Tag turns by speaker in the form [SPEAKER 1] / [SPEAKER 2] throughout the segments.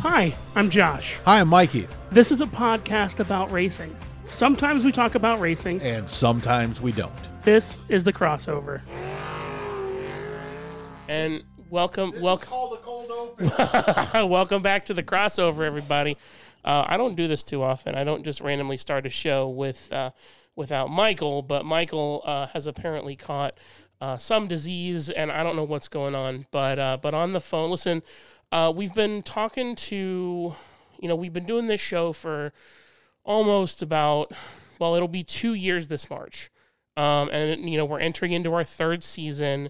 [SPEAKER 1] Hi, I'm Josh.
[SPEAKER 2] Hi, I'm Mikey.
[SPEAKER 1] This is a podcast about racing. Sometimes we talk about racing.
[SPEAKER 2] And sometimes we don't.
[SPEAKER 1] This is the crossover.
[SPEAKER 3] And welcome, welcome,
[SPEAKER 2] called a cold open.
[SPEAKER 3] welcome back to the crossover, everybody. Uh, I don't do this too often. I don't just randomly start a show with uh, without Michael, but Michael uh, has apparently caught uh, some disease, and I don't know what's going on. But uh, but on the phone, listen, uh, we've been talking to, you know, we've been doing this show for almost about well it'll be two years this march um, and you know we're entering into our third season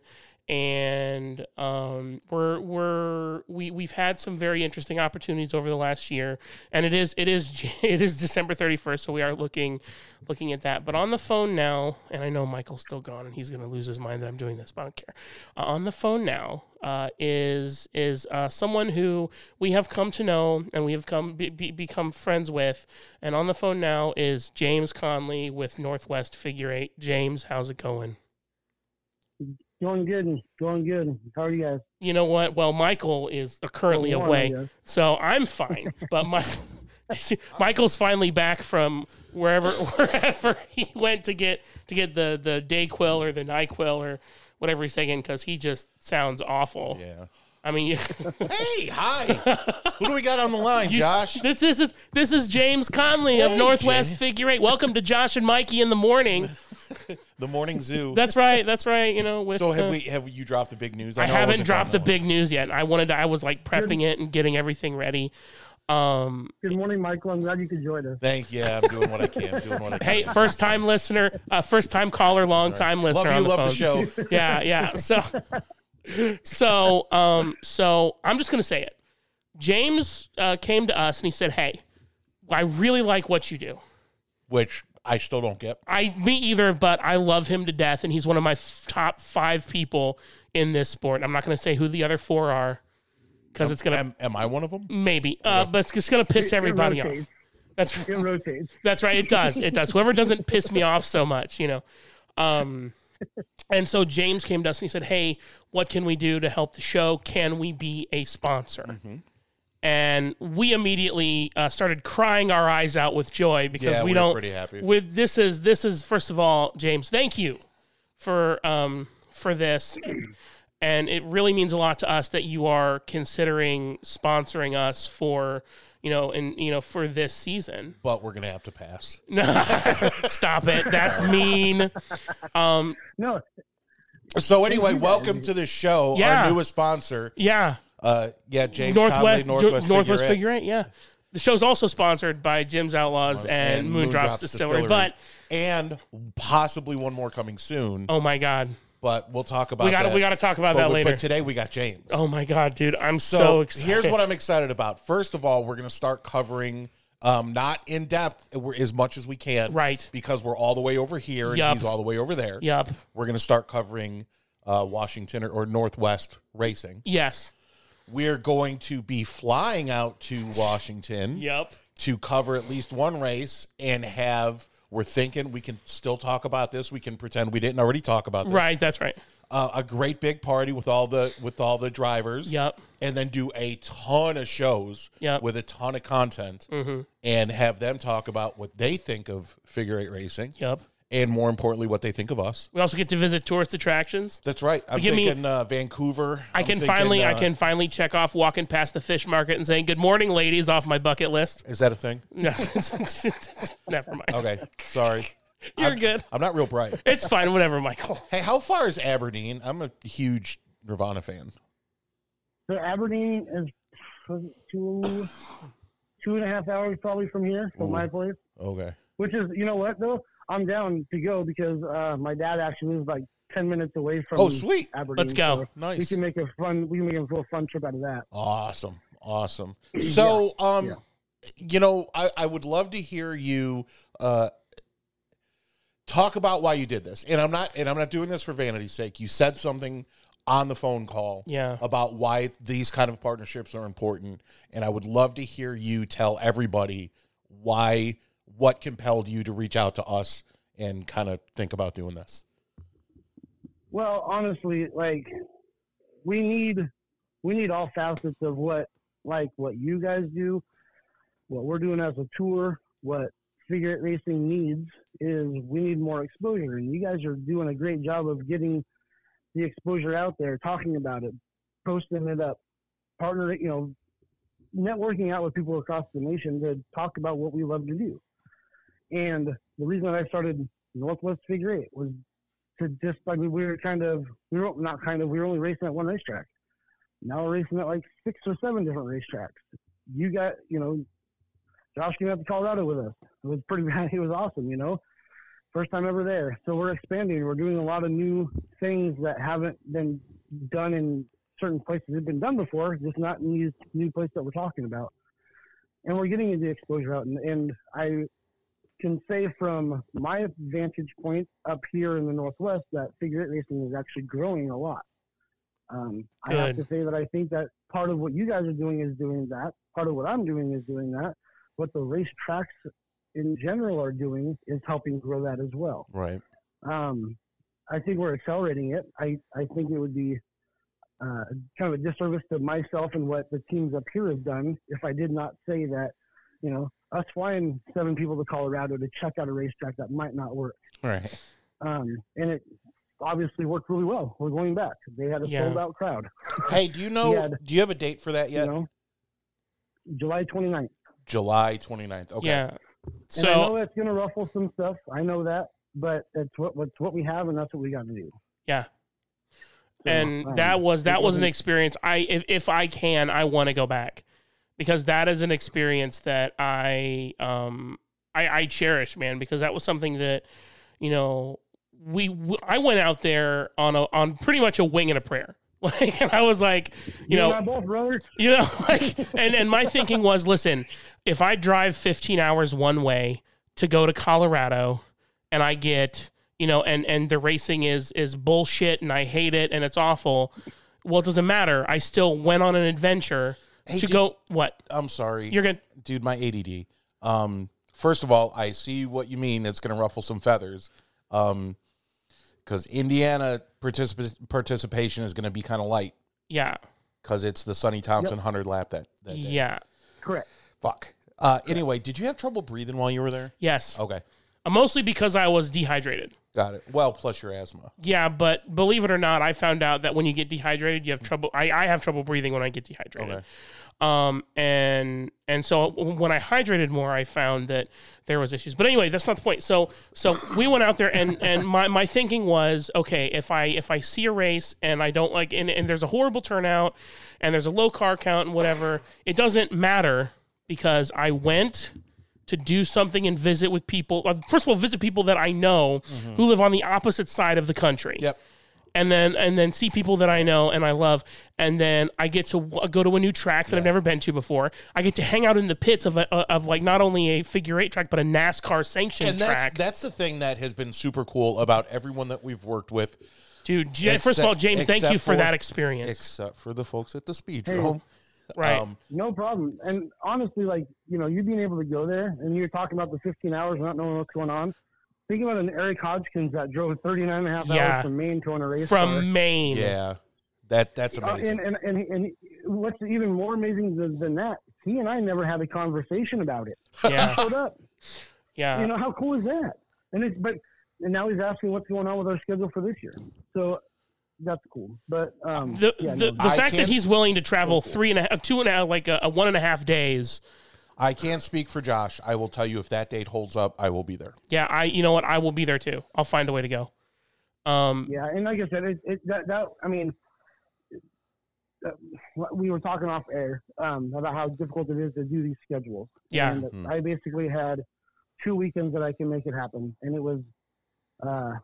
[SPEAKER 3] and um, we're we're we, we've had some very interesting opportunities over the last year and it is it is Jan- it is december 31st so we are looking looking at that but on the phone now and i know michael's still gone and he's going to lose his mind that i'm doing this but i don't care uh, on the phone now uh, is is uh, someone who we have come to know and we have come be, be, become friends with. And on the phone now is James Conley with Northwest Figure Eight. James, how's it going?
[SPEAKER 4] Going good. Going good. How are you guys?
[SPEAKER 3] You know what? Well, Michael is uh, currently
[SPEAKER 4] Warm, I
[SPEAKER 3] away,
[SPEAKER 4] guess.
[SPEAKER 3] so I'm fine. but my, Michael's finally back from wherever wherever he went to get to get the the Dayquil or the Nyquil or whatever he's taking because he just sounds awful.
[SPEAKER 2] Yeah.
[SPEAKER 3] I mean.
[SPEAKER 2] Hey, hi. Who do we got on the line,
[SPEAKER 3] You s-
[SPEAKER 2] Josh?
[SPEAKER 3] This, this is this is James Conley of
[SPEAKER 2] Hey,
[SPEAKER 3] Northwest
[SPEAKER 2] James.
[SPEAKER 3] Figure Eight. Welcome to Josh and Mikey in the morning.
[SPEAKER 2] the morning zoo.
[SPEAKER 3] That's right. That's right. You know, with
[SPEAKER 5] So have
[SPEAKER 3] uh,
[SPEAKER 5] we? Have you dropped the big news?
[SPEAKER 3] I
[SPEAKER 5] know
[SPEAKER 3] haven't
[SPEAKER 5] wasn't
[SPEAKER 3] dropped the
[SPEAKER 5] on that
[SPEAKER 3] big news yet. I wanted. To, I was like prepping it and getting everything ready. Um,
[SPEAKER 4] Good morning, Michael. I'm glad you could join us.
[SPEAKER 5] one. Thank you. I'm doing what I can. I'm doing what I can.
[SPEAKER 3] hey, first time listener, uh, first time caller, long time listener.
[SPEAKER 5] love you.
[SPEAKER 3] on the
[SPEAKER 5] love the
[SPEAKER 3] phone.
[SPEAKER 5] show.
[SPEAKER 3] yeah, yeah. So, so, um, so I'm just gonna say it. James uh, came to us and he said, "Hey, I really like what you do.
[SPEAKER 5] Which I still don't get.
[SPEAKER 3] I me either, but I love him to death, and he's one of my f- top five people in this sport. I'm not going to say who the other four are because it's going to
[SPEAKER 5] Am, am I one of them?
[SPEAKER 3] maybe, uh, but it's just going to piss
[SPEAKER 4] It- it
[SPEAKER 3] everybody off.
[SPEAKER 4] rotates.
[SPEAKER 3] That's
[SPEAKER 4] It rotates.
[SPEAKER 3] that's right. It does. It does. Whoever doesn't piss me off so much, you know. Um, and so James came to us and he said, "Hey, what can we do to help the show? Can we be a sponsor?"
[SPEAKER 5] Mm-hmm.
[SPEAKER 3] And we immediately uh, started crying our eyes out with joy because
[SPEAKER 5] Yeah,
[SPEAKER 3] we
[SPEAKER 5] we were
[SPEAKER 3] don't.
[SPEAKER 5] pretty happy.
[SPEAKER 3] With this is this is first of all, James, thank you for um for this, and it really means a lot to us that you are considering sponsoring us for you know and you know for this season.
[SPEAKER 5] But we're gonna have to pass.
[SPEAKER 3] No, stop it. That's mean. Um,
[SPEAKER 4] No,
[SPEAKER 5] So anyway, welcome to the show.
[SPEAKER 3] Yeah.
[SPEAKER 5] Our newest sponsor.
[SPEAKER 3] yeah,
[SPEAKER 5] Uh, yeah, James Conley, Northwest,
[SPEAKER 3] Northwest Northwest, Northwest
[SPEAKER 5] Figure Eight.
[SPEAKER 3] Figure Eight. Yeah, the show's also sponsored by Jim's Outlaws and, Moondrops, Distillery. But
[SPEAKER 5] and possibly one more coming soon.
[SPEAKER 3] oh my god,
[SPEAKER 5] But we'll talk about
[SPEAKER 3] we got
[SPEAKER 5] that.
[SPEAKER 3] to we got to talk about
[SPEAKER 5] But
[SPEAKER 3] that
[SPEAKER 5] we-
[SPEAKER 3] later.
[SPEAKER 5] But today we got James.
[SPEAKER 3] oh my god, dude, I'm so,
[SPEAKER 5] So,
[SPEAKER 3] excited.
[SPEAKER 5] here's what I'm excited about. First of all, we're going to start covering um, not in depth we're- as much as we can,
[SPEAKER 3] Right.
[SPEAKER 5] Because we're all the way over here and
[SPEAKER 3] Yup.
[SPEAKER 5] he's all the way over there.
[SPEAKER 3] Yup.
[SPEAKER 5] We're going to start covering uh, Washington or, or Northwest racing.
[SPEAKER 3] Yes.
[SPEAKER 5] We're going to be flying out to Washington
[SPEAKER 3] Yep.
[SPEAKER 5] to cover at least one race and have. We're thinking we can still talk about this. We can pretend we didn't already talk about this.
[SPEAKER 3] Right. That's right.
[SPEAKER 5] Uh, a great big party with all the with all the drivers
[SPEAKER 3] Yep.
[SPEAKER 5] and then do a ton of shows
[SPEAKER 3] Yep.
[SPEAKER 5] with a ton of content
[SPEAKER 3] Mm-hmm.
[SPEAKER 5] and have them talk about what they think of figure eight racing
[SPEAKER 3] Yep.
[SPEAKER 5] and more importantly what they think of us
[SPEAKER 3] We also get to visit tourist attractions.
[SPEAKER 5] that's right i'm
[SPEAKER 3] Give me-
[SPEAKER 5] thinking uh, vancouver
[SPEAKER 3] I
[SPEAKER 5] I'm
[SPEAKER 3] can
[SPEAKER 5] thinking,
[SPEAKER 3] finally, I
[SPEAKER 5] uh,
[SPEAKER 3] can finally check off walking past the fish market and saying "Good morning, ladies" off my bucket list.
[SPEAKER 5] is that a thing
[SPEAKER 3] No, never mind.
[SPEAKER 5] okay sorry
[SPEAKER 3] You're good.
[SPEAKER 5] i'm not real bright
[SPEAKER 3] It's fine, whatever, Michael.
[SPEAKER 5] hey how far is aberdeen i'm a huge nirvana fan
[SPEAKER 4] so Aberdeen is two, two and a half hours probably from here, from
[SPEAKER 5] Mm-hmm.
[SPEAKER 4] my place.
[SPEAKER 5] okay
[SPEAKER 4] Which is, you know what though, I'm down to go because uh, my dad actually lives like ten minutes away from.
[SPEAKER 5] Oh, sweet.
[SPEAKER 4] Aberdeen.
[SPEAKER 3] Let's go.
[SPEAKER 4] so We
[SPEAKER 5] nice
[SPEAKER 4] can make a fun. We can make a real fun trip out of that.
[SPEAKER 5] Awesome. Awesome. So, um,
[SPEAKER 4] yeah.
[SPEAKER 5] you know, I, I would love to hear you, uh, talk about why you did this. And I'm not, and I'm not doing this for vanity's sake. You said something on the phone call
[SPEAKER 3] Yeah.
[SPEAKER 5] about why these kind of partnerships are important. And I would love to hear you tell everybody why, what compelled you to reach out to us and kind of think about doing this.
[SPEAKER 4] Well, honestly, like we need we need all facets of what like what you guys do, what we're doing as a tour, what figure eight racing needs is we need more exposure. And you guys are doing a great job of getting the exposure out there, talking about it, posting it up, partner, you know, networking out with people across the nation to talk about what we love to do. And the reason that I started Northwest Figure Eight was to just, I mean, we were kind of, we were not kind of, we were only racing at one racetrack. Now we're racing at like six or seven different racetracks. You got, you know, Josh came up to Colorado with us. It was pretty bad. It was awesome, you know. First time ever there. So we're expanding. We're doing a lot of new things that haven't been done in certain places that have been done before, just not in these new places that we're talking about. And we're getting the exposure out. And, and I can say from my vantage point up here in the Northwest that figure eight racing is actually growing a lot. Um, I have to
[SPEAKER 3] Good.
[SPEAKER 4] say that I think that part of what you guys are doing is doing that. Part of what I'm doing is doing that. What the racetracks in general are doing is helping grow that as well
[SPEAKER 5] Right.
[SPEAKER 4] um, I think we're accelerating it. I, I think it would be uh, kind of a disservice to myself and what the teams up here have done if I did not say that, you know, us flying seven people to Colorado to check out a racetrack that might not work.
[SPEAKER 5] Right.
[SPEAKER 4] Um, and it obviously worked really well. We're going back. They had a
[SPEAKER 3] Yeah.
[SPEAKER 4] sold out crowd,
[SPEAKER 5] Hey, do you know?
[SPEAKER 4] Yeah.
[SPEAKER 5] Do you have a date for that yet?
[SPEAKER 4] you know, July 29th.
[SPEAKER 5] July 29th. Okay.
[SPEAKER 3] Yeah.
[SPEAKER 4] And I know
[SPEAKER 3] So
[SPEAKER 4] that's going to ruffle some stuff. I know that, but that's what, that's what we have and that's what we got to do.
[SPEAKER 3] yeah.
[SPEAKER 4] So,
[SPEAKER 3] And
[SPEAKER 4] um,
[SPEAKER 3] that was that
[SPEAKER 4] it
[SPEAKER 3] was an
[SPEAKER 4] wasn't-
[SPEAKER 3] experience. I if, if I can, I want to go back because that is an experience that I um I, I cherish, man. Because that was something that you know we w- I went out there on a on pretty much a wing and a prayer. Like and I was like, you know,
[SPEAKER 4] and I both, brother.
[SPEAKER 3] You know, like, and, and my thinking was listen, if I drive 15 hours one way to go to Colorado and I get, you know, and, and the racing is, is bullshit and I hate it and it's awful, well, it doesn't matter. I still went on an adventure
[SPEAKER 5] Hey,
[SPEAKER 3] to
[SPEAKER 5] dude.
[SPEAKER 3] go, what?
[SPEAKER 5] I'm sorry.
[SPEAKER 3] You're good.
[SPEAKER 5] dude, my ADD. Um, first of all, I see what you mean. It's going to ruffle some feathers. Um, because Indiana particip- participation is going to be kind of light
[SPEAKER 3] Yeah.
[SPEAKER 5] because it's the Sonny Thompson 100 lap that, that day.
[SPEAKER 3] Yeah.
[SPEAKER 4] Correct.
[SPEAKER 5] Fuck. Uh, anyway, did you have trouble breathing while you were there?
[SPEAKER 3] Yes.
[SPEAKER 5] Okay.
[SPEAKER 3] Uh, Mostly because I was dehydrated.
[SPEAKER 5] Got it. Well, plus your asthma.
[SPEAKER 3] Yeah, but believe it or not, I found out that when you get dehydrated, you have trouble. I, I have trouble breathing when I get dehydrated.
[SPEAKER 5] Okay.
[SPEAKER 3] Um, and and so when I hydrated more, I found that there was issues. But anyway, that's not the point. So so we went out there, and and my, my thinking was, okay, if I if I see a race and I don't like, and, and there's a horrible turnout, and there's a low car count and whatever, it doesn't matter because I went to do something and visit with people. uh, First of all, visit people that I know who live on the opposite side of the country.
[SPEAKER 5] Yep.
[SPEAKER 3] And then and then see people that I know and I love, and then I get to w- go to a new track that I've never been to before. I get to hang out in the pits of a, uh, of like not only a figure eight track but a NASCAR sanctioned
[SPEAKER 5] And that's
[SPEAKER 3] track.
[SPEAKER 5] that's the thing that has been super cool about everyone that we've worked with,
[SPEAKER 3] Dude, J- first of all,
[SPEAKER 5] except-
[SPEAKER 3] James, thank you
[SPEAKER 5] except
[SPEAKER 3] for,
[SPEAKER 5] for-
[SPEAKER 3] that experience.
[SPEAKER 5] except for the folks at the speed room.
[SPEAKER 3] right?
[SPEAKER 5] Um,
[SPEAKER 4] No problem. And honestly, like, you know, you being able to go there and you're talking about the 15 hours not knowing what's going on. Think about an Eric Hodgkins that drove 39 and a half
[SPEAKER 3] Yeah.
[SPEAKER 4] hours from Maine to on a race
[SPEAKER 3] From
[SPEAKER 4] car.
[SPEAKER 3] Maine,
[SPEAKER 5] yeah, that that's
[SPEAKER 4] Uh,
[SPEAKER 5] amazing.
[SPEAKER 4] and, and, and, and what's even more amazing than, than that, he and I never had a conversation about it.
[SPEAKER 3] yeah,
[SPEAKER 4] Showed up.
[SPEAKER 3] yeah.
[SPEAKER 4] you know, how cool is that? And it's, but, and now he's asking what's going on with our schedule for this year. So that's cool. But, um,
[SPEAKER 3] the,
[SPEAKER 4] yeah,
[SPEAKER 3] the, the
[SPEAKER 4] no,
[SPEAKER 5] I
[SPEAKER 3] fact that
[SPEAKER 5] can't-
[SPEAKER 3] he's willing to travel three and a half, two and a half, like a, a one and a half days.
[SPEAKER 5] I can't speak for Josh. I will tell you if that date holds up, I will be there.
[SPEAKER 3] Yeah, I, you know what? I will be there too. I'll find a way to go. Um,
[SPEAKER 4] Yeah, and like I said, it, it that that I mean, uh, we were talking off air um, about how difficult it is to do these schedules.
[SPEAKER 3] Yeah.
[SPEAKER 4] and
[SPEAKER 5] Hmm.
[SPEAKER 4] I basically had two weekends that I can make it happen, and it was uh,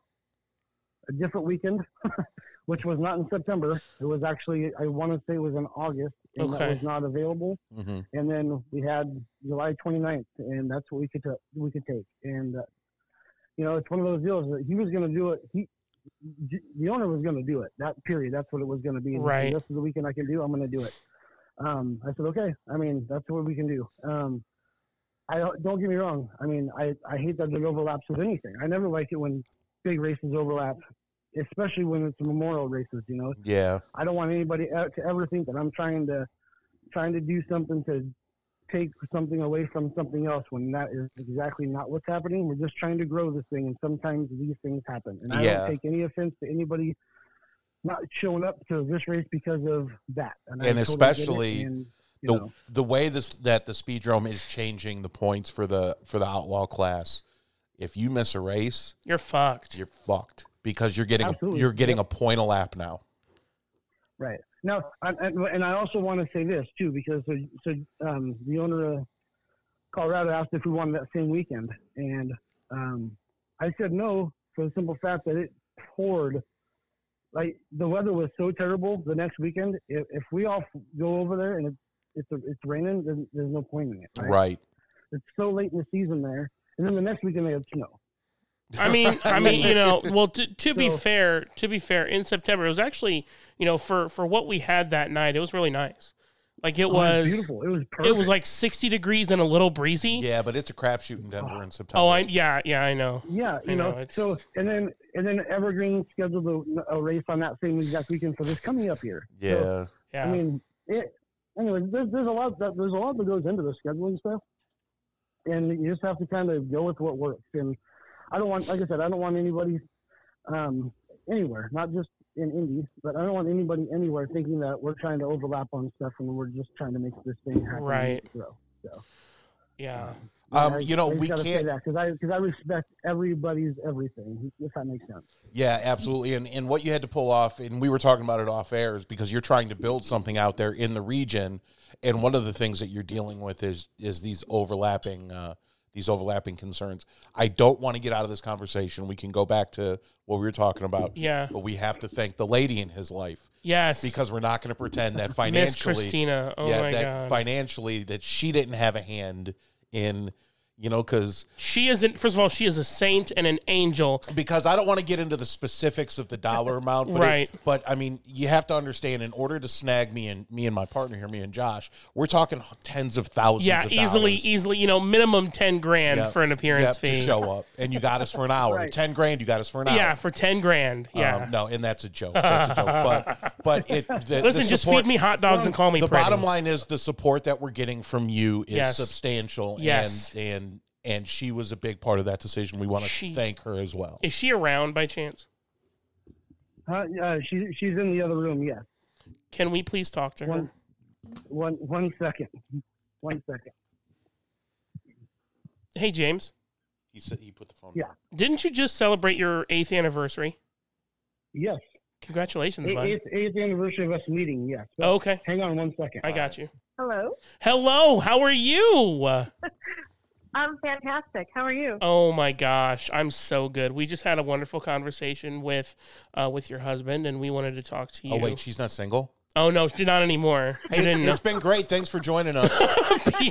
[SPEAKER 4] a different weekend, which was not in September. It was actually I want to say it was in August, and that
[SPEAKER 3] Okay.
[SPEAKER 4] was not available.
[SPEAKER 5] Mm-hmm.
[SPEAKER 4] And then we had July 29th, and that's what we could ta- we could take. And uh, you know, it's one of those deals that he was going to do it. He d- the owner was going to do it. That period. That's what it was going to be. And he said,
[SPEAKER 3] Right.
[SPEAKER 4] This is the weekend I can do. I'm going to do it. Um, I said, okay. I mean, that's what we can do. Um, I don't don't get me wrong. I mean, I, I hate that it overlaps with anything. I never like it when big races overlap, especially when it's memorial races. You know,
[SPEAKER 5] Yeah,
[SPEAKER 4] I don't want anybody e- to ever think that I'm trying to trying to do something to take something away from something else when that is exactly not what's happening. We're just trying to grow this thing, and sometimes these things happen. And I
[SPEAKER 5] Yeah.
[SPEAKER 4] don't take any offense to anybody not showing up to this race because of that. I
[SPEAKER 5] And
[SPEAKER 4] totally get it,
[SPEAKER 5] especially
[SPEAKER 4] and, you
[SPEAKER 5] the
[SPEAKER 4] know.
[SPEAKER 5] the way this that the speedrome is changing the points for the for the outlaw class. If you miss a race,
[SPEAKER 3] You're fucked.
[SPEAKER 5] you're fucked because you're getting a,
[SPEAKER 4] Absolutely.
[SPEAKER 5] you're getting a point a lap now.
[SPEAKER 4] Right. Now, I, I, and I also want to say this too, because so, so um, the owner of Colorado asked if we wanted that same weekend, and um, I said no for the simple fact that it poured. Like the weather was so terrible the next weekend. If, if we all go over there and it's it's, it's raining, then there's no point in it.
[SPEAKER 5] Right.
[SPEAKER 4] It's so late in the season there, and then the next weekend they had snow.
[SPEAKER 3] I mean, I mean, you know, well, to, to be
[SPEAKER 4] So-
[SPEAKER 3] fair, to be fair, in September it was actually, you know, for for what we had that night, it was really nice. Like it
[SPEAKER 4] It
[SPEAKER 3] was,
[SPEAKER 4] Oh, beautiful. It was perfect.
[SPEAKER 3] it was like sixty degrees and a little breezy.
[SPEAKER 5] Yeah, but it's a crapshoot in Denver in September.
[SPEAKER 3] Oh, I yeah, yeah, I know.
[SPEAKER 4] Yeah, you
[SPEAKER 3] You know,
[SPEAKER 4] know.
[SPEAKER 3] it's-
[SPEAKER 4] so and then and then Evergreen scheduled a, a race on that same exact weekend for this coming up year. So,
[SPEAKER 5] yeah.
[SPEAKER 3] Yeah,
[SPEAKER 4] I mean, it. Anyway, there's, there's a lot that there's a lot that goes into the scheduling stuff, and you just have to kind of go with what works. And I don't want, like I said, I don't want anybody um, anywhere, not just in Indy, but I don't want anybody anywhere thinking that we're trying to overlap on stuff and we're just trying to make this thing happen. and
[SPEAKER 3] Right.
[SPEAKER 4] grow.
[SPEAKER 3] yeah.
[SPEAKER 5] Um,
[SPEAKER 4] I-
[SPEAKER 5] you know,
[SPEAKER 4] I just
[SPEAKER 5] we
[SPEAKER 4] gotta say
[SPEAKER 5] can't-
[SPEAKER 4] that because I because I respect everybody's everything. If that makes sense.
[SPEAKER 5] Yeah, absolutely. And and what you had to pull off, and we were talking about it off air, is because you're trying to build something out there in the region, and one of the things that you're dealing with is is these overlapping uh, these overlapping concerns. I don't want to get out of this conversation. We can go back to what we were talking about.
[SPEAKER 3] Yeah.
[SPEAKER 5] but we have to thank the lady in his life
[SPEAKER 3] Yes.
[SPEAKER 5] because we're not going to pretend that
[SPEAKER 3] Miss
[SPEAKER 5] financially
[SPEAKER 3] Christina. Oh
[SPEAKER 5] yeah,
[SPEAKER 3] my
[SPEAKER 5] that
[SPEAKER 3] god.
[SPEAKER 5] financially that she didn't have a hand in, you know, because
[SPEAKER 3] she isn't first of all, she is a saint and an angel.
[SPEAKER 5] because I don't want to get into the specifics of the dollar amount, but it-
[SPEAKER 3] Right.
[SPEAKER 5] but I mean, you have to understand. In order to snag me and me and my partner here, me and Josh, we're talking tens of thousands.
[SPEAKER 3] Yeah,
[SPEAKER 5] of
[SPEAKER 3] easily,
[SPEAKER 5] dollars.
[SPEAKER 3] easily, you know, minimum ten grand
[SPEAKER 5] Yep.
[SPEAKER 3] for an appearance
[SPEAKER 5] Yep, to
[SPEAKER 3] fee.
[SPEAKER 5] show up, and you got us for an hour.
[SPEAKER 4] Right.
[SPEAKER 5] Ten grand, you got us for an hour.
[SPEAKER 3] Yeah, for ten grand. Yeah.
[SPEAKER 5] Um, no, and that's a joke. That's a joke. But but it the,
[SPEAKER 3] Listen,
[SPEAKER 5] the
[SPEAKER 3] just
[SPEAKER 5] support-
[SPEAKER 3] feed me hot dogs and call me
[SPEAKER 5] The
[SPEAKER 3] pretty.
[SPEAKER 5] bottom line is the support that we're getting from you is
[SPEAKER 3] Yes.
[SPEAKER 5] substantial.
[SPEAKER 3] Yes.
[SPEAKER 5] and and and she was a big part of that decision. We want to
[SPEAKER 3] She-
[SPEAKER 5] thank her as well.
[SPEAKER 3] Is she around by chance?
[SPEAKER 4] Huh? Uh, she, she's in the other room. Yes.
[SPEAKER 3] Can we please talk to her?
[SPEAKER 4] One, one, one second. One second.
[SPEAKER 3] Hey, James,
[SPEAKER 5] He said he put the phone.
[SPEAKER 4] Yeah.
[SPEAKER 3] didn't you just celebrate your eighth anniversary?
[SPEAKER 4] Yes.
[SPEAKER 3] Congratulations,
[SPEAKER 4] Eight-
[SPEAKER 3] bud.
[SPEAKER 4] Eighth, eighth anniversary of us meeting. Yes.
[SPEAKER 5] Oh,
[SPEAKER 4] So
[SPEAKER 3] Okay,
[SPEAKER 4] Hang on one second.
[SPEAKER 3] I got you.
[SPEAKER 6] Hello.
[SPEAKER 3] Hello, how are you? Uh,
[SPEAKER 6] I'm fantastic. How are you?
[SPEAKER 3] Oh my gosh, I'm so good. We just had a wonderful conversation with, uh, with your husband, and we wanted to talk to you.
[SPEAKER 5] Oh wait, she's not single.
[SPEAKER 3] Oh no, she's not anymore.
[SPEAKER 5] Hey,
[SPEAKER 3] you
[SPEAKER 5] it's-
[SPEAKER 3] didn't know.
[SPEAKER 5] it's been great. Thanks for joining us.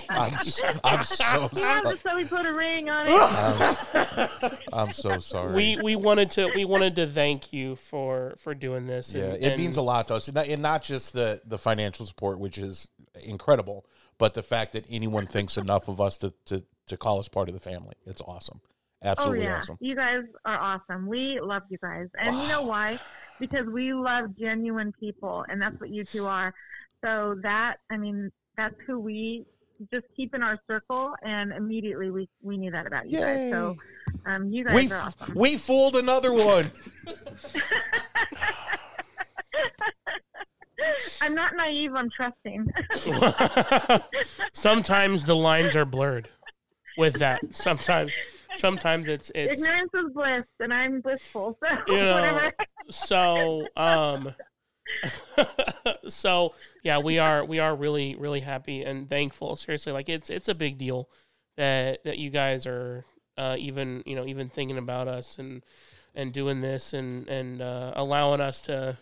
[SPEAKER 5] I'm, s- I'm so
[SPEAKER 6] Oh,
[SPEAKER 5] sorry.
[SPEAKER 6] just so we put a ring on it. Oh,
[SPEAKER 5] I'm so sorry.
[SPEAKER 3] we we wanted to we wanted to thank you for for doing this.
[SPEAKER 5] yeah,
[SPEAKER 3] and-
[SPEAKER 5] it means a lot to us, and not, and not just the the financial support, which is incredible, but the fact that anyone thinks enough of us to to to call us part of the family. It's awesome.
[SPEAKER 6] Oh
[SPEAKER 5] Absolutely
[SPEAKER 6] yeah,
[SPEAKER 5] awesome.
[SPEAKER 6] you guys are awesome. We love you guys, and you know why? Because we love genuine people, and that's what you two are. So that I mean, that's who we just keep in our circle, and immediately we we knew that about you guys. So um, you guys
[SPEAKER 5] We
[SPEAKER 6] are
[SPEAKER 5] f-
[SPEAKER 6] awesome.
[SPEAKER 5] we fooled another one.
[SPEAKER 6] I'm not naive. I'm trusting.
[SPEAKER 3] sometimes the lines are blurred with that. Sometimes sometimes it's it's
[SPEAKER 6] Ignorance is bliss, and I'm blissful. So
[SPEAKER 3] you know,
[SPEAKER 6] whatever.
[SPEAKER 3] so um so yeah, we are we are really really happy and thankful. Seriously, like it's it's a big deal that that you guys are uh, even you know even thinking about us and and doing this and and uh, allowing us to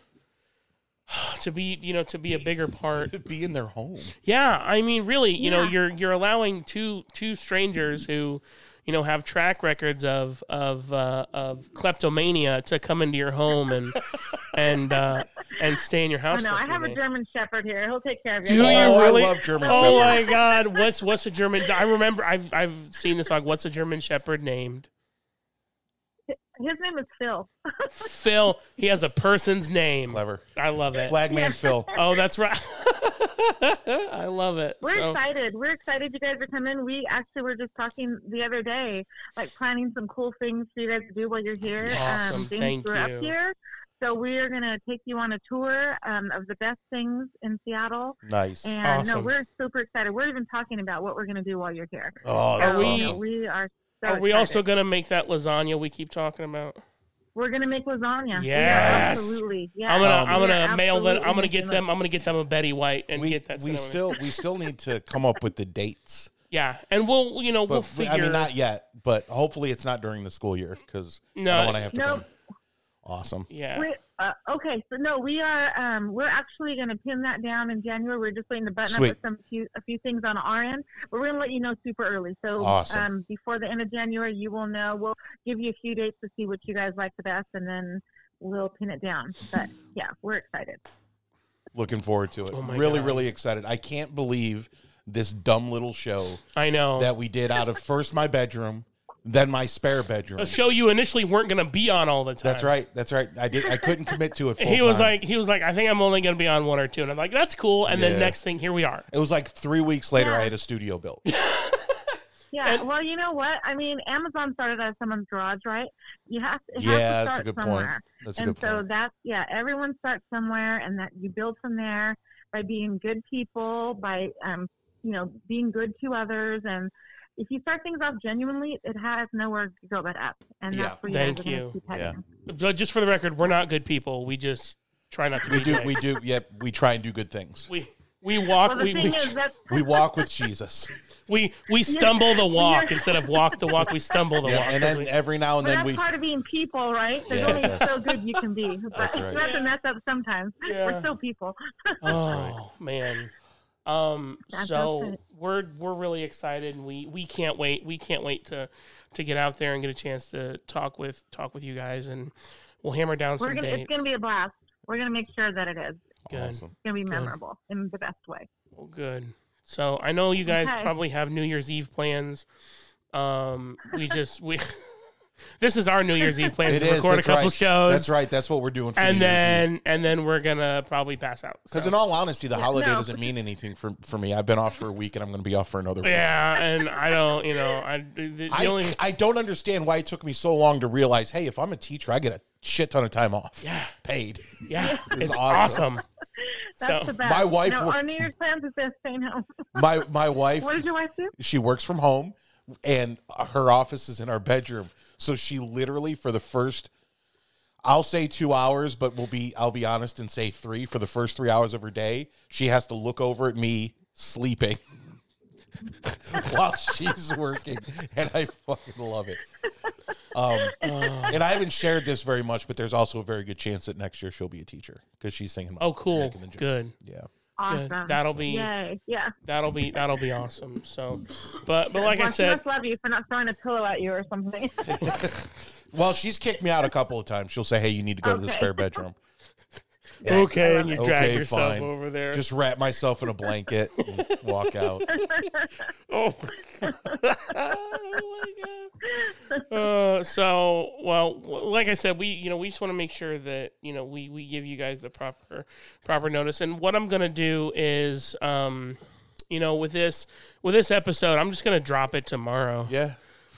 [SPEAKER 3] to be you know to be a bigger part
[SPEAKER 5] Be in their home.
[SPEAKER 3] yeah, I mean, really, you know,
[SPEAKER 6] Yeah.
[SPEAKER 3] you're you're allowing two two strangers who, you know, have track records of of uh, of kleptomania to come into your home and and uh, and stay in your
[SPEAKER 6] I
[SPEAKER 3] house.
[SPEAKER 6] know.
[SPEAKER 3] for
[SPEAKER 6] I
[SPEAKER 3] a few
[SPEAKER 6] have a
[SPEAKER 3] days.
[SPEAKER 6] German Shepherd here. He'll take care of
[SPEAKER 3] Do
[SPEAKER 6] you.
[SPEAKER 5] oh,
[SPEAKER 3] you really?
[SPEAKER 5] I love German
[SPEAKER 3] Oh
[SPEAKER 5] Shepherds.
[SPEAKER 3] my God! What's what's a German? I remember I've I've seen the song. What's a German Shepherd named?
[SPEAKER 6] His name is Phil.
[SPEAKER 3] Phil. He has a person's name.
[SPEAKER 5] Clever.
[SPEAKER 3] I love it.
[SPEAKER 5] Flagman Phil.
[SPEAKER 3] Oh, that's right. I love it.
[SPEAKER 6] We're
[SPEAKER 3] So,
[SPEAKER 6] excited. We're excited you guys are coming. We actually were just talking the other day, like planning some cool things for you guys to do while you're here.
[SPEAKER 3] Awesome.
[SPEAKER 6] Um, things
[SPEAKER 3] Thank
[SPEAKER 6] we're
[SPEAKER 3] you.
[SPEAKER 6] up here. So we are going to take you on a tour um, of the best things in Seattle.
[SPEAKER 5] Nice.
[SPEAKER 6] And no,
[SPEAKER 3] Awesome.
[SPEAKER 6] we're super excited. We're even talking about what we're going to do while you're here.
[SPEAKER 5] Oh, that's
[SPEAKER 6] so,
[SPEAKER 3] we-
[SPEAKER 6] you
[SPEAKER 5] awesome.
[SPEAKER 6] know, we are so
[SPEAKER 3] are we
[SPEAKER 6] excited.
[SPEAKER 3] also going to make that lasagna we keep talking about?
[SPEAKER 6] We're going to make lasagna. We are
[SPEAKER 3] Yes.
[SPEAKER 6] absolutely. Yeah.
[SPEAKER 3] I'm gonna
[SPEAKER 5] Um,
[SPEAKER 3] I'm
[SPEAKER 6] we are
[SPEAKER 3] gonna mail them.
[SPEAKER 6] absolutely
[SPEAKER 3] I'm gonna get
[SPEAKER 6] making
[SPEAKER 3] them. I'm gonna get them a Betty White and
[SPEAKER 5] We,
[SPEAKER 3] get that.
[SPEAKER 5] we
[SPEAKER 3] sent
[SPEAKER 5] still
[SPEAKER 3] over.
[SPEAKER 5] we still need to come up with the dates,
[SPEAKER 3] yeah, and we'll you know
[SPEAKER 5] but
[SPEAKER 3] we'll
[SPEAKER 5] we-
[SPEAKER 3] figure.
[SPEAKER 5] I mean not yet. But hopefully it's not during the school year because I
[SPEAKER 3] No.
[SPEAKER 5] don't want to have to.
[SPEAKER 6] Nope.
[SPEAKER 5] come. Awesome.
[SPEAKER 3] yeah,
[SPEAKER 6] We, uh, okay, so no, we are. Um, we're actually going to pin that down in January. We're just waiting to button
[SPEAKER 5] Sweet.
[SPEAKER 6] up with some few, a few things on our end. But we're going to let you know super early. So
[SPEAKER 5] Awesome.
[SPEAKER 6] um, before the end of January, you will know. We'll give you a few dates to see what you guys like the best, and then we'll pin it down. But yeah, we're excited.
[SPEAKER 5] Looking forward to it.
[SPEAKER 3] Oh my
[SPEAKER 5] really,
[SPEAKER 3] God.
[SPEAKER 5] really excited. I can't believe this dumb little show
[SPEAKER 3] I know.
[SPEAKER 5] that we did out of first my bedroom, then my spare bedroom.
[SPEAKER 3] a show you initially weren't gonna be on all the time.
[SPEAKER 5] That's right. That's right. I did. I couldn't commit to it. Full
[SPEAKER 3] He was
[SPEAKER 5] time.
[SPEAKER 3] like, he was like, I think I'm only gonna be on one or two, and I'm like, that's cool. And
[SPEAKER 5] Yeah.
[SPEAKER 3] then next thing, here we are.
[SPEAKER 5] It was like three weeks later, I
[SPEAKER 6] Yeah.
[SPEAKER 5] had a studio built.
[SPEAKER 6] Yeah.
[SPEAKER 3] And-
[SPEAKER 6] well, you know what? I mean, Amazon started out of someone's garage, right? You have to. It
[SPEAKER 5] Yeah,
[SPEAKER 6] has to
[SPEAKER 5] that's a
[SPEAKER 6] start
[SPEAKER 5] good point.
[SPEAKER 6] somewhere.
[SPEAKER 5] That's a
[SPEAKER 6] and
[SPEAKER 5] good
[SPEAKER 6] so
[SPEAKER 5] point.
[SPEAKER 6] that's yeah everyone starts somewhere and that you build from there by being good people by um, you know being good to others and if you start things off genuinely it has nowhere to go but up and
[SPEAKER 5] Yeah.
[SPEAKER 6] that's where you
[SPEAKER 3] Thank
[SPEAKER 6] guys are gonna
[SPEAKER 3] you.
[SPEAKER 6] keep
[SPEAKER 5] Yeah.
[SPEAKER 6] heading.
[SPEAKER 3] But just for the record, we're not good people. We just try not to.
[SPEAKER 5] We
[SPEAKER 3] be
[SPEAKER 5] do.
[SPEAKER 3] dicks.
[SPEAKER 5] We do. Yep. we try and do good things.
[SPEAKER 3] We we walk.
[SPEAKER 6] well the
[SPEAKER 3] we,
[SPEAKER 6] thing
[SPEAKER 3] we,
[SPEAKER 6] is that's
[SPEAKER 5] We walk with Jesus.
[SPEAKER 3] we we stumble the walk
[SPEAKER 6] You're-
[SPEAKER 3] instead of walk the walk. We stumble the
[SPEAKER 5] Yeah,
[SPEAKER 3] walk.
[SPEAKER 5] and
[SPEAKER 3] 'cause
[SPEAKER 5] then
[SPEAKER 3] we-
[SPEAKER 5] every now and
[SPEAKER 6] but
[SPEAKER 5] then
[SPEAKER 6] that's
[SPEAKER 5] we.
[SPEAKER 6] part of being people, right? There's
[SPEAKER 5] Yeah,
[SPEAKER 6] only
[SPEAKER 5] that's-
[SPEAKER 6] so good you can be. But
[SPEAKER 5] That's right.
[SPEAKER 6] you have to mess up sometimes.
[SPEAKER 3] Yeah.
[SPEAKER 6] We're still people.
[SPEAKER 3] Oh man. Um
[SPEAKER 6] That's
[SPEAKER 3] so
[SPEAKER 6] okay.
[SPEAKER 3] we're we're really excited and we we can't wait. We can't wait to to get out there and get a chance to talk with talk with you guys and we'll hammer down
[SPEAKER 6] We're
[SPEAKER 3] some
[SPEAKER 6] gonna,
[SPEAKER 3] dates.
[SPEAKER 6] it's going to be a blast. We're going to make sure that it is.
[SPEAKER 3] good.
[SPEAKER 5] Awesome.
[SPEAKER 6] It's going to be memorable in the best way.
[SPEAKER 3] Well, Oh, good. So I know you guys
[SPEAKER 6] Okay.
[SPEAKER 3] probably have New Year's Eve plans. Um we just we This is our New Year's Eve plans
[SPEAKER 5] It
[SPEAKER 3] to
[SPEAKER 5] is,
[SPEAKER 3] record a
[SPEAKER 5] that's
[SPEAKER 3] couple
[SPEAKER 5] right.
[SPEAKER 3] shows.
[SPEAKER 5] That's right. That's what we're doing. For
[SPEAKER 3] And then and then we're gonna probably pass out.
[SPEAKER 5] because
[SPEAKER 3] So-
[SPEAKER 5] in all honesty, the holiday
[SPEAKER 6] no.
[SPEAKER 5] doesn't mean anything for for me. I've been off for a week, and I'm going to be off for another. week.
[SPEAKER 3] yeah, and I don't, you know, I the, the
[SPEAKER 5] I,
[SPEAKER 3] only
[SPEAKER 5] I don't understand why it took me so long to realize. Hey, if I'm a teacher, I get a shit ton of time off.
[SPEAKER 3] Yeah.
[SPEAKER 5] paid.
[SPEAKER 3] Yeah,
[SPEAKER 5] is
[SPEAKER 3] it's
[SPEAKER 5] awesome.
[SPEAKER 3] awesome.
[SPEAKER 6] That's
[SPEAKER 3] So-
[SPEAKER 6] the best.
[SPEAKER 5] My wife
[SPEAKER 6] No,
[SPEAKER 5] wo-
[SPEAKER 6] our New Year's plans is to stay home.
[SPEAKER 5] My my wife.
[SPEAKER 6] What did your wife do?
[SPEAKER 5] she works from home and her office is in our bedroom so she literally for the first i'll say two hours but we'll be i'll be honest and say three for the first three hours of her day she has to look over at me sleeping while she's working and i fucking love it um, and i haven't shared this very much but there's also a very good chance that next year she'll be a teacher because she's singing
[SPEAKER 3] Oh, cool.
[SPEAKER 5] Back in the gym.
[SPEAKER 3] Good.
[SPEAKER 5] yeah
[SPEAKER 6] Awesome.
[SPEAKER 3] Good. That'll be
[SPEAKER 6] Yay. Yeah.
[SPEAKER 3] that'll be that'll be awesome. So, but but like I
[SPEAKER 6] Well, she
[SPEAKER 3] said,
[SPEAKER 6] must love you for not throwing a pillow at you or something.
[SPEAKER 5] well she's kicked me out a couple of times she'll say hey you need to go to the
[SPEAKER 6] Okay.
[SPEAKER 5] spare bedroom Yeah.
[SPEAKER 3] okay, and you drag
[SPEAKER 5] Okay,
[SPEAKER 3] yourself
[SPEAKER 5] fine.
[SPEAKER 3] over there.
[SPEAKER 5] just wrap myself in a blanket and walk out.
[SPEAKER 3] oh my god. Oh my God. Uh, so well, like I said, we you know we just want to make sure that you know we we give you guys the proper proper notice. And what I'm gonna do is, um, you know, with this with this episode, I'm just gonna drop it tomorrow.
[SPEAKER 5] Yeah.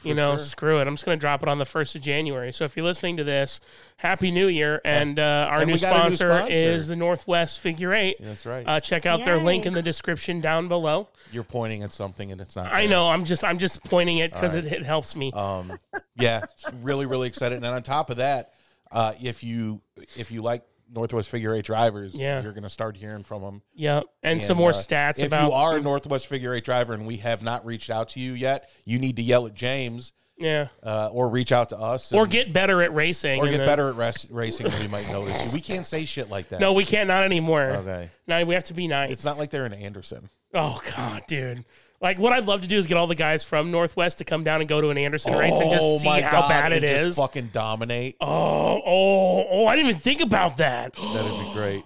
[SPEAKER 3] you know, screw it. I'm just going to drop it on the 1st of January. So if you're listening to this, Happy New Year. And uh, our
[SPEAKER 5] And
[SPEAKER 3] new
[SPEAKER 5] we got a new
[SPEAKER 3] sponsor,
[SPEAKER 5] sponsor.
[SPEAKER 3] is the Northwest Figure Eight.
[SPEAKER 5] That's right.
[SPEAKER 3] Uh, check out their link
[SPEAKER 6] Yay.
[SPEAKER 3] in the description down below.
[SPEAKER 5] You're pointing at something and it's not.
[SPEAKER 3] I
[SPEAKER 5] there.
[SPEAKER 3] know. I'm just I'm just pointing it because it, it helps me.
[SPEAKER 5] Um, yeah, it's really, really excited. And on top of that, uh, if you if you like Northwest Figure Eight drivers,
[SPEAKER 3] Yeah.
[SPEAKER 5] you're going to start hearing from them.
[SPEAKER 3] yeah, and, some more
[SPEAKER 5] uh,
[SPEAKER 3] stats
[SPEAKER 5] If
[SPEAKER 3] about
[SPEAKER 5] you are a Northwest Figure Eight driver and we have not reached out to you yet, you need to yell at James
[SPEAKER 3] yeah,
[SPEAKER 5] uh, or reach out to us
[SPEAKER 3] or
[SPEAKER 5] and-
[SPEAKER 3] get better at racing
[SPEAKER 5] or
[SPEAKER 3] and
[SPEAKER 5] get
[SPEAKER 3] then-
[SPEAKER 5] better at res- racing. and we might notice you. We can't say shit like that.
[SPEAKER 3] No, we can't. Not anymore.
[SPEAKER 5] Okay.
[SPEAKER 3] Now we have to be nice.
[SPEAKER 5] It's not like they're in Anderson.
[SPEAKER 3] Oh god, dude. Like what I'd love to do is get all the guys from Northwest to come down and go to an Anderson race and just see how bad
[SPEAKER 5] Oh and
[SPEAKER 3] it
[SPEAKER 5] just
[SPEAKER 3] is.
[SPEAKER 5] Fucking dominate.
[SPEAKER 3] Oh, oh, oh, I didn't even think about that.
[SPEAKER 5] That'd be great.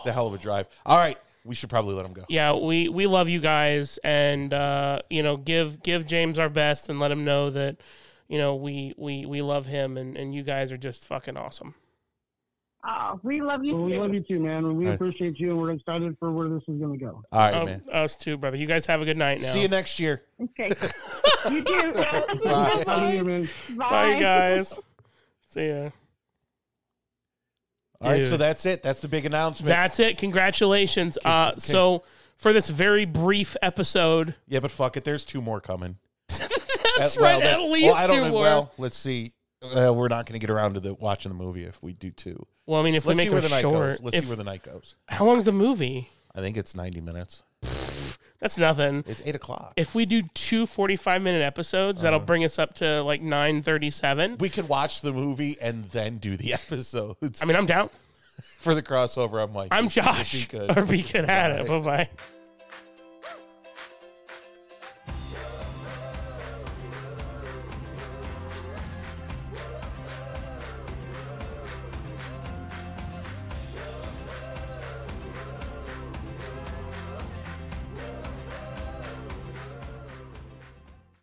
[SPEAKER 5] It's a hell of a drive. All right, we should probably let him go.
[SPEAKER 3] yeah, we we love you guys and uh, you know, give give James our best and let him know that you know, we we we love him and and you guys are just fucking awesome.
[SPEAKER 6] Oh, we love you
[SPEAKER 4] Well, we
[SPEAKER 6] too.
[SPEAKER 4] love you too, man. We
[SPEAKER 5] All right.
[SPEAKER 4] appreciate you, and we're excited for where this is going to go.
[SPEAKER 5] All right,
[SPEAKER 3] Um,
[SPEAKER 5] man.
[SPEAKER 3] us too, brother. You guys have a good night now.
[SPEAKER 5] See you next year.
[SPEAKER 6] Okay. you too.
[SPEAKER 5] Bye.
[SPEAKER 4] Love you, man.
[SPEAKER 3] Bye, guys. See ya.
[SPEAKER 5] All right,
[SPEAKER 3] Dude.
[SPEAKER 5] so that's it. That's the big announcement.
[SPEAKER 3] That's it. Congratulations. Uh, so for this very brief episode,
[SPEAKER 5] yeah, but fuck it. There's two more coming.
[SPEAKER 3] that's
[SPEAKER 5] Uh, well,
[SPEAKER 3] right.
[SPEAKER 5] that-
[SPEAKER 3] at
[SPEAKER 5] well,
[SPEAKER 3] least
[SPEAKER 5] I
[SPEAKER 3] two
[SPEAKER 5] don't know.
[SPEAKER 3] more.
[SPEAKER 5] Well, let's see. Uh, we're not going to get around to the watching the movie if we do two.
[SPEAKER 3] Well, I mean, if
[SPEAKER 5] Let's
[SPEAKER 3] we
[SPEAKER 5] see
[SPEAKER 3] make
[SPEAKER 5] where
[SPEAKER 3] it
[SPEAKER 5] the night
[SPEAKER 3] short,
[SPEAKER 5] goes. Let's
[SPEAKER 3] if,
[SPEAKER 5] see where the night goes.
[SPEAKER 3] how long's the movie?
[SPEAKER 5] I think it's 90 minutes.
[SPEAKER 3] That's nothing.
[SPEAKER 5] It's eight o'clock.
[SPEAKER 3] If we do two 45 minute episodes, that'll bring us up to like 937.
[SPEAKER 5] Uh-huh. we could watch the movie and then do the episodes
[SPEAKER 3] I mean, I'm down.
[SPEAKER 5] for the crossover. I'm like,
[SPEAKER 3] I'm
[SPEAKER 5] this would be
[SPEAKER 3] Josh.
[SPEAKER 5] good.
[SPEAKER 3] Or be good at it. Bye bye.